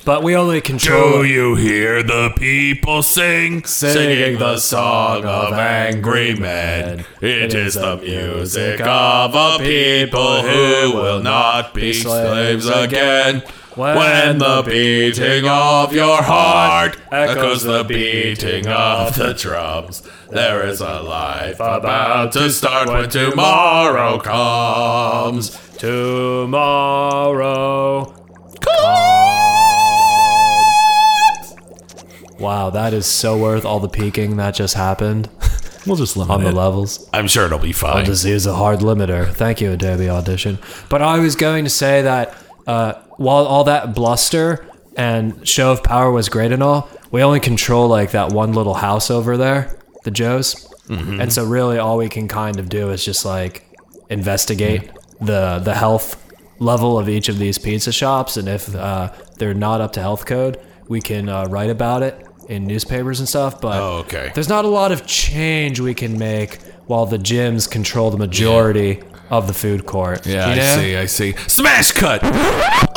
[SPEAKER 4] But we only control.
[SPEAKER 6] Do you hear the people sing?
[SPEAKER 4] Singing the song of angry men.
[SPEAKER 6] It is the music of a people who will not be slaves again. When the beating of your heart echoes the beating of the drums, there is a life about to start when tomorrow comes.
[SPEAKER 4] Tomorrow. Wow, that is so worth all the peaking that just happened
[SPEAKER 3] We'll just limit
[SPEAKER 4] on the levels.
[SPEAKER 6] I'm sure it'll be fine.
[SPEAKER 4] This is a hard limiter. Thank you, Adobe Audition. But I was going to say that uh, while all that bluster and show of power was great and all, we only control like that one little house over there, the Joes.
[SPEAKER 6] Mm-hmm.
[SPEAKER 4] And so really, all we can kind of do is just like investigate the the health level of each of these pizza shops, and if uh, they're not up to health code, we can uh, write about it in newspapers and stuff. But
[SPEAKER 6] Oh, okay.
[SPEAKER 4] there's not a lot of change we can make while the gyms control the majority of the food court.
[SPEAKER 3] Yeah,
[SPEAKER 4] you
[SPEAKER 3] I
[SPEAKER 4] know?
[SPEAKER 3] see, I see. Smash cut!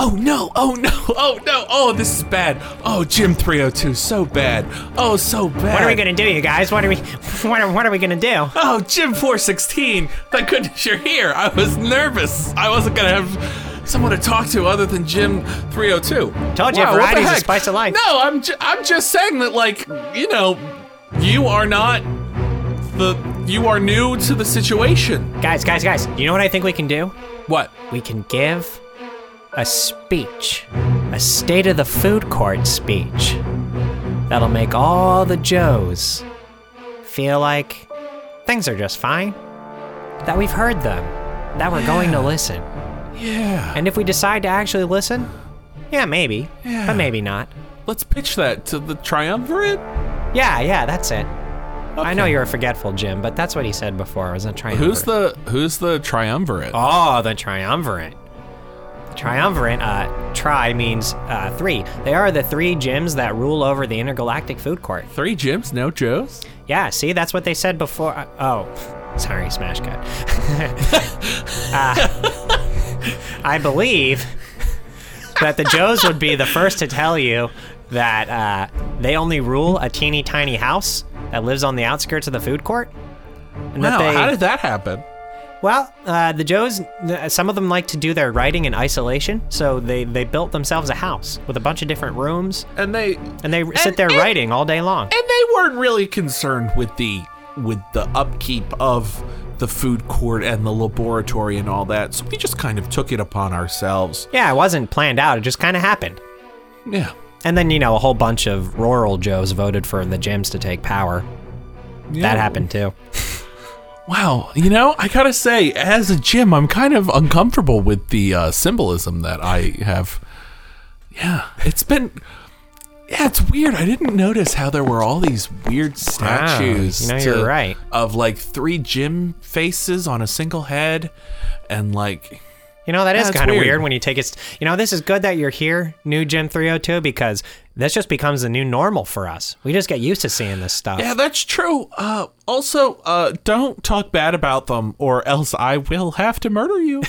[SPEAKER 3] Oh no, oh no, (laughs) oh no, oh this is bad. Oh, Jim 302, so bad. Oh, so bad.
[SPEAKER 5] What are we gonna do, you guys? What are we? (laughs) What are, what are we gonna do?
[SPEAKER 3] Oh, Jim 416, thank goodness you're here. I was nervous. I wasn't gonna have someone to talk to other than Jim 302.
[SPEAKER 5] Told you,
[SPEAKER 3] what the
[SPEAKER 5] variety's the
[SPEAKER 3] heck?
[SPEAKER 5] spice of life.
[SPEAKER 3] No, I'm, ju- I'm just saying that, like, you know, you are not the. You are new to the situation.
[SPEAKER 5] Guys, guys, guys. You know what I think we can do?
[SPEAKER 3] What?
[SPEAKER 5] We can give a speech, a state of the food court speech. That'll make all the Joes feel like things are just fine. That we've heard them. That we're going to listen.
[SPEAKER 3] Yeah.
[SPEAKER 5] And if we decide to actually listen, yeah, maybe. But maybe not.
[SPEAKER 3] Let's pitch that to the triumvirate.
[SPEAKER 5] Yeah, yeah, that's it. I know you're a forgetful Jim, but that's what he said before. I was not trying.
[SPEAKER 3] Who's the who's the triumvirate?
[SPEAKER 5] Oh, the triumvirate. The triumvirate, uh, tri means uh, three. They are the three gyms that rule over the intergalactic food court.
[SPEAKER 3] Three Jims, no Joes.
[SPEAKER 5] Yeah, see, that's what they said before. Uh, oh, sorry, smash cut. (laughs) uh, I believe that the Joes would be the first to tell you that uh, they only rule a teeny tiny house that lives on the outskirts of the food court. And
[SPEAKER 3] Wow,
[SPEAKER 5] that they,
[SPEAKER 3] how did that happen?
[SPEAKER 5] well, uh, the Joes, th- some of them like to do their writing in isolation, so they, they built themselves a house with a bunch of different rooms,
[SPEAKER 3] And they
[SPEAKER 5] and they sit there
[SPEAKER 3] and-
[SPEAKER 5] writing all day long.
[SPEAKER 3] and they weren't really concerned with the with the upkeep of the food court and the laboratory and all that. So we just kind of took it upon ourselves.
[SPEAKER 5] yeah, it wasn't planned out, it just kind of happened.
[SPEAKER 3] Yeah.
[SPEAKER 5] And then, you know, a whole bunch of rural Joes voted for the gyms to take power. That happened too.
[SPEAKER 3] Wow. You know, I gotta say, as a gym, I'm kind of uncomfortable with the uh, symbolism that I have. Yeah, it's been. Yeah, it's weird. I didn't notice how there were all these weird statues.
[SPEAKER 5] you know, you're right.
[SPEAKER 3] Of like three gym faces on a single head, and like
[SPEAKER 5] You know, that is
[SPEAKER 3] it's
[SPEAKER 5] kind of
[SPEAKER 3] weird.
[SPEAKER 5] weird. when you take it. You know, this is good that you're here, new Gym 302, because this just becomes the new normal for us. We just get used to seeing this stuff.
[SPEAKER 3] Yeah, that's true. Uh, also, uh, don't talk bad about them, or else I will have to murder
[SPEAKER 5] (laughs)
[SPEAKER 3] you.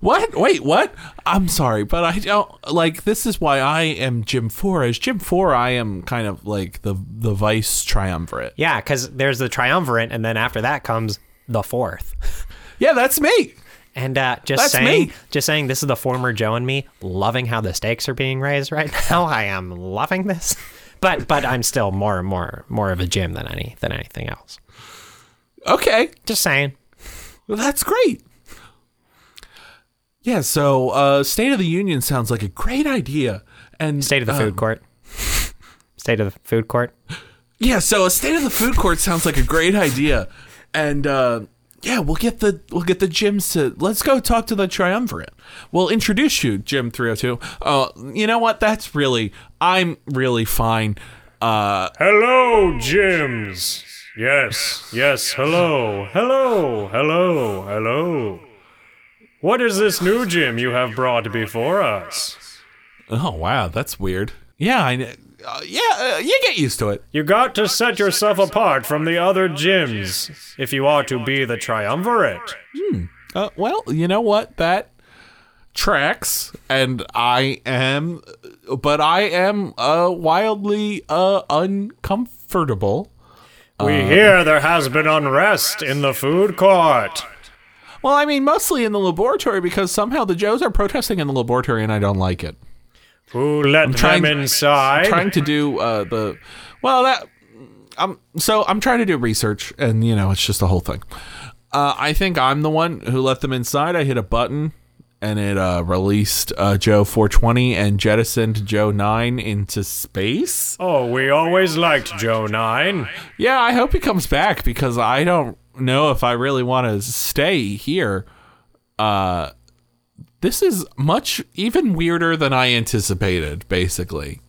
[SPEAKER 3] what? Wait, what? I'm sorry, but I don't like. This is why I am Jim Four. As Jim Four, I am kind of like the the vice triumvirate.
[SPEAKER 5] Yeah, because there's the triumvirate, and then after that comes the fourth.
[SPEAKER 3] Yeah, that's me.
[SPEAKER 5] And uh, just
[SPEAKER 3] That's
[SPEAKER 5] saying,
[SPEAKER 3] me.
[SPEAKER 5] just saying, this is the former Joe and me loving how the stakes are being raised right (laughs) now. I am loving this, but but I'm still more and more more of a gym than any than anything else.
[SPEAKER 3] Okay,
[SPEAKER 5] Just saying.
[SPEAKER 3] well, that's great. Yeah. So, uh, State of the Union sounds like a great idea. And
[SPEAKER 5] State of the
[SPEAKER 3] um,
[SPEAKER 5] food court. State of the food court.
[SPEAKER 3] Yeah, so a state of the food court sounds like a great idea, and uh, yeah, we'll get the we'll get the gyms to let's go talk to the triumvirate. We'll introduce you, Jim three hundred two. Uh, you know what? That's really I'm really fine. Uh,
[SPEAKER 7] Hello, Jims. Yes, yes, hello, hello, hello, hello. What is this new Jim you have brought before us?
[SPEAKER 3] oh wow, that's weird. Yeah, I kn- uh, yeah uh, you get used to it.
[SPEAKER 7] You got to set yourself apart from the other Jims if you are to be the triumvirate.
[SPEAKER 3] Uh, well, you know what? That tracks, and I am, but I am uh, wildly uh, uncomfortable.
[SPEAKER 7] We
[SPEAKER 3] Uh.
[SPEAKER 7] hear there has been unrest in the food court.
[SPEAKER 3] Well, I mean, mostly in the laboratory because somehow the Joes are protesting in the laboratory, and I don't like it.
[SPEAKER 7] Who let them inside?
[SPEAKER 3] trying to do uh, the well that um so I'm trying to do research, and you know, it's just the whole thing. Uh, I think I'm the one who let them inside. I hit a button, and it uh, released uh, Joe 420 and jettisoned Joe 9 into space.
[SPEAKER 7] oh, we always liked Joe 9.
[SPEAKER 3] Yeah, I hope he comes back because I don't know if I really want to stay here. Uh this is much even weirder than I anticipated, basically.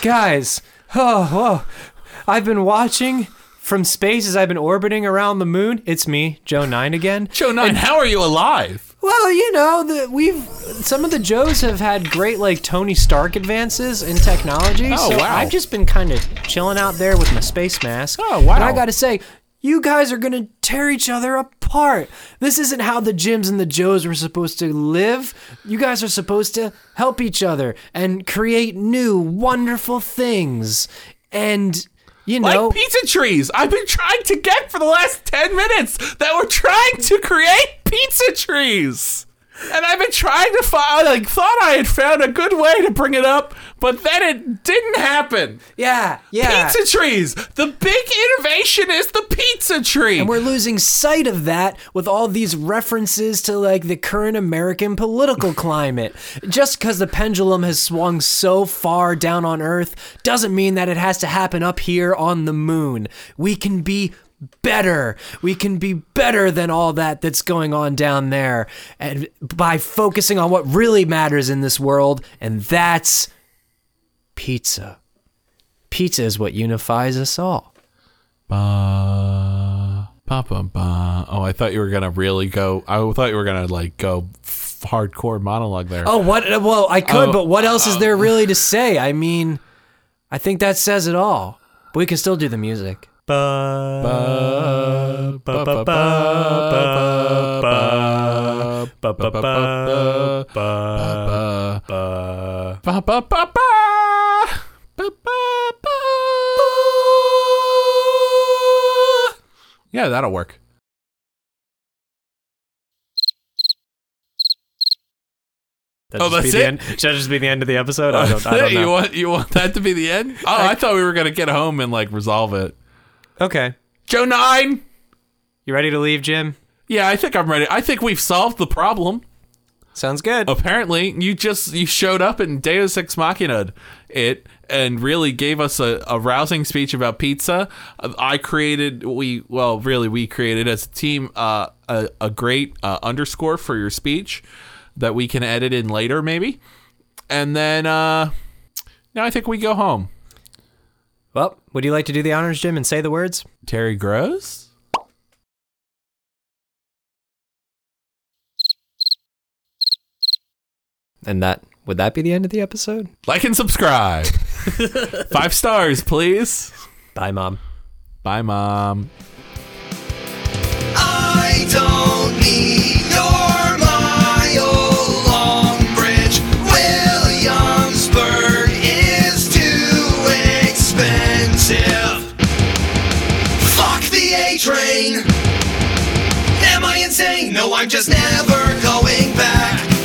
[SPEAKER 4] guys, oh, whoa. I've been watching from space as I've been orbiting around the moon. It's me, Joe Nine again.
[SPEAKER 3] Joe 9, how are you alive?
[SPEAKER 4] Well, you know, the, we've some of the Joes have had great like Tony Stark advances in technology.
[SPEAKER 3] Oh,
[SPEAKER 4] so
[SPEAKER 3] wow.
[SPEAKER 4] I've just been kind of chilling out there with my space mask.
[SPEAKER 3] Oh, wow.
[SPEAKER 4] And I got to say, you guys are gonna tear each other apart. This isn't how the Jims and the Joes were supposed to live. You guys are supposed to help each other and create new wonderful things. And you
[SPEAKER 3] Like
[SPEAKER 4] know,
[SPEAKER 3] pizza trees. I've been trying to get for the last 10 minutes that we're trying to create pizza trees. And I've been trying to find like thought I had found a good way to bring it up, but then it didn't happen.
[SPEAKER 4] yeah, yeah.
[SPEAKER 3] Pizza trees. The big innovation is the pizza tree.
[SPEAKER 4] And we're losing sight of that with all these references to like the current American political climate. Just because the pendulum has swung so far down on Earth doesn't mean that it has to happen up here on the moon. We can be better. We can be better than all that that's going on down there and by focusing on what really matters in this world and that's pizza. Pizza is what unifies us all.
[SPEAKER 3] Ba, ba, ba, ba. Oh, I thought you were gonna really go. I thought you were gonna like go f- hardcore monologue there.
[SPEAKER 4] Oh, what? Well, I could,
[SPEAKER 3] Oh,
[SPEAKER 4] but what else is there really to say? I mean, I think that says it all. But we can still do the music.
[SPEAKER 3] Ba, ba, ba, ba, ba, ba ba ba ba ba
[SPEAKER 7] Ba-ba-ba,
[SPEAKER 3] ba
[SPEAKER 7] ba, ba.
[SPEAKER 3] ba ba ba ba ba ba. Yeah, that'll work.
[SPEAKER 4] That
[SPEAKER 3] Oh,
[SPEAKER 4] just be
[SPEAKER 3] that's
[SPEAKER 4] the
[SPEAKER 3] it?
[SPEAKER 4] end. Should that just be the end of the episode? I don't, I don't
[SPEAKER 3] (laughs) you
[SPEAKER 4] know.
[SPEAKER 3] want you want that to be the end? Oh, I thought we were gonna get home and like resolve it.
[SPEAKER 4] Okay.
[SPEAKER 3] Joe nine.
[SPEAKER 4] You ready to leave, Jim?
[SPEAKER 3] Yeah, I think I'm ready. I think we've solved the problem.
[SPEAKER 4] Sounds good.
[SPEAKER 3] Apparently, you just you showed up and Deus Ex Machina it and really gave us a, a rousing speech about pizza. I created we well really we created as a team uh, a a great uh, underscore for your speech that we can edit in later maybe, and then uh, now I think we go home.
[SPEAKER 4] Well, would you like to do the honors, Jim, and say the words?
[SPEAKER 3] Terry Gross.
[SPEAKER 4] And that would that be the end of the episode?
[SPEAKER 3] Like
[SPEAKER 4] (laughs)
[SPEAKER 3] and subscribe. Five stars, please.
[SPEAKER 4] Bye, mom.
[SPEAKER 3] Bye, mom.
[SPEAKER 8] I don't need your mile-long bridge. Williamsburg is too expensive. Fuck the A train. Am I insane? No, I'm just never going back.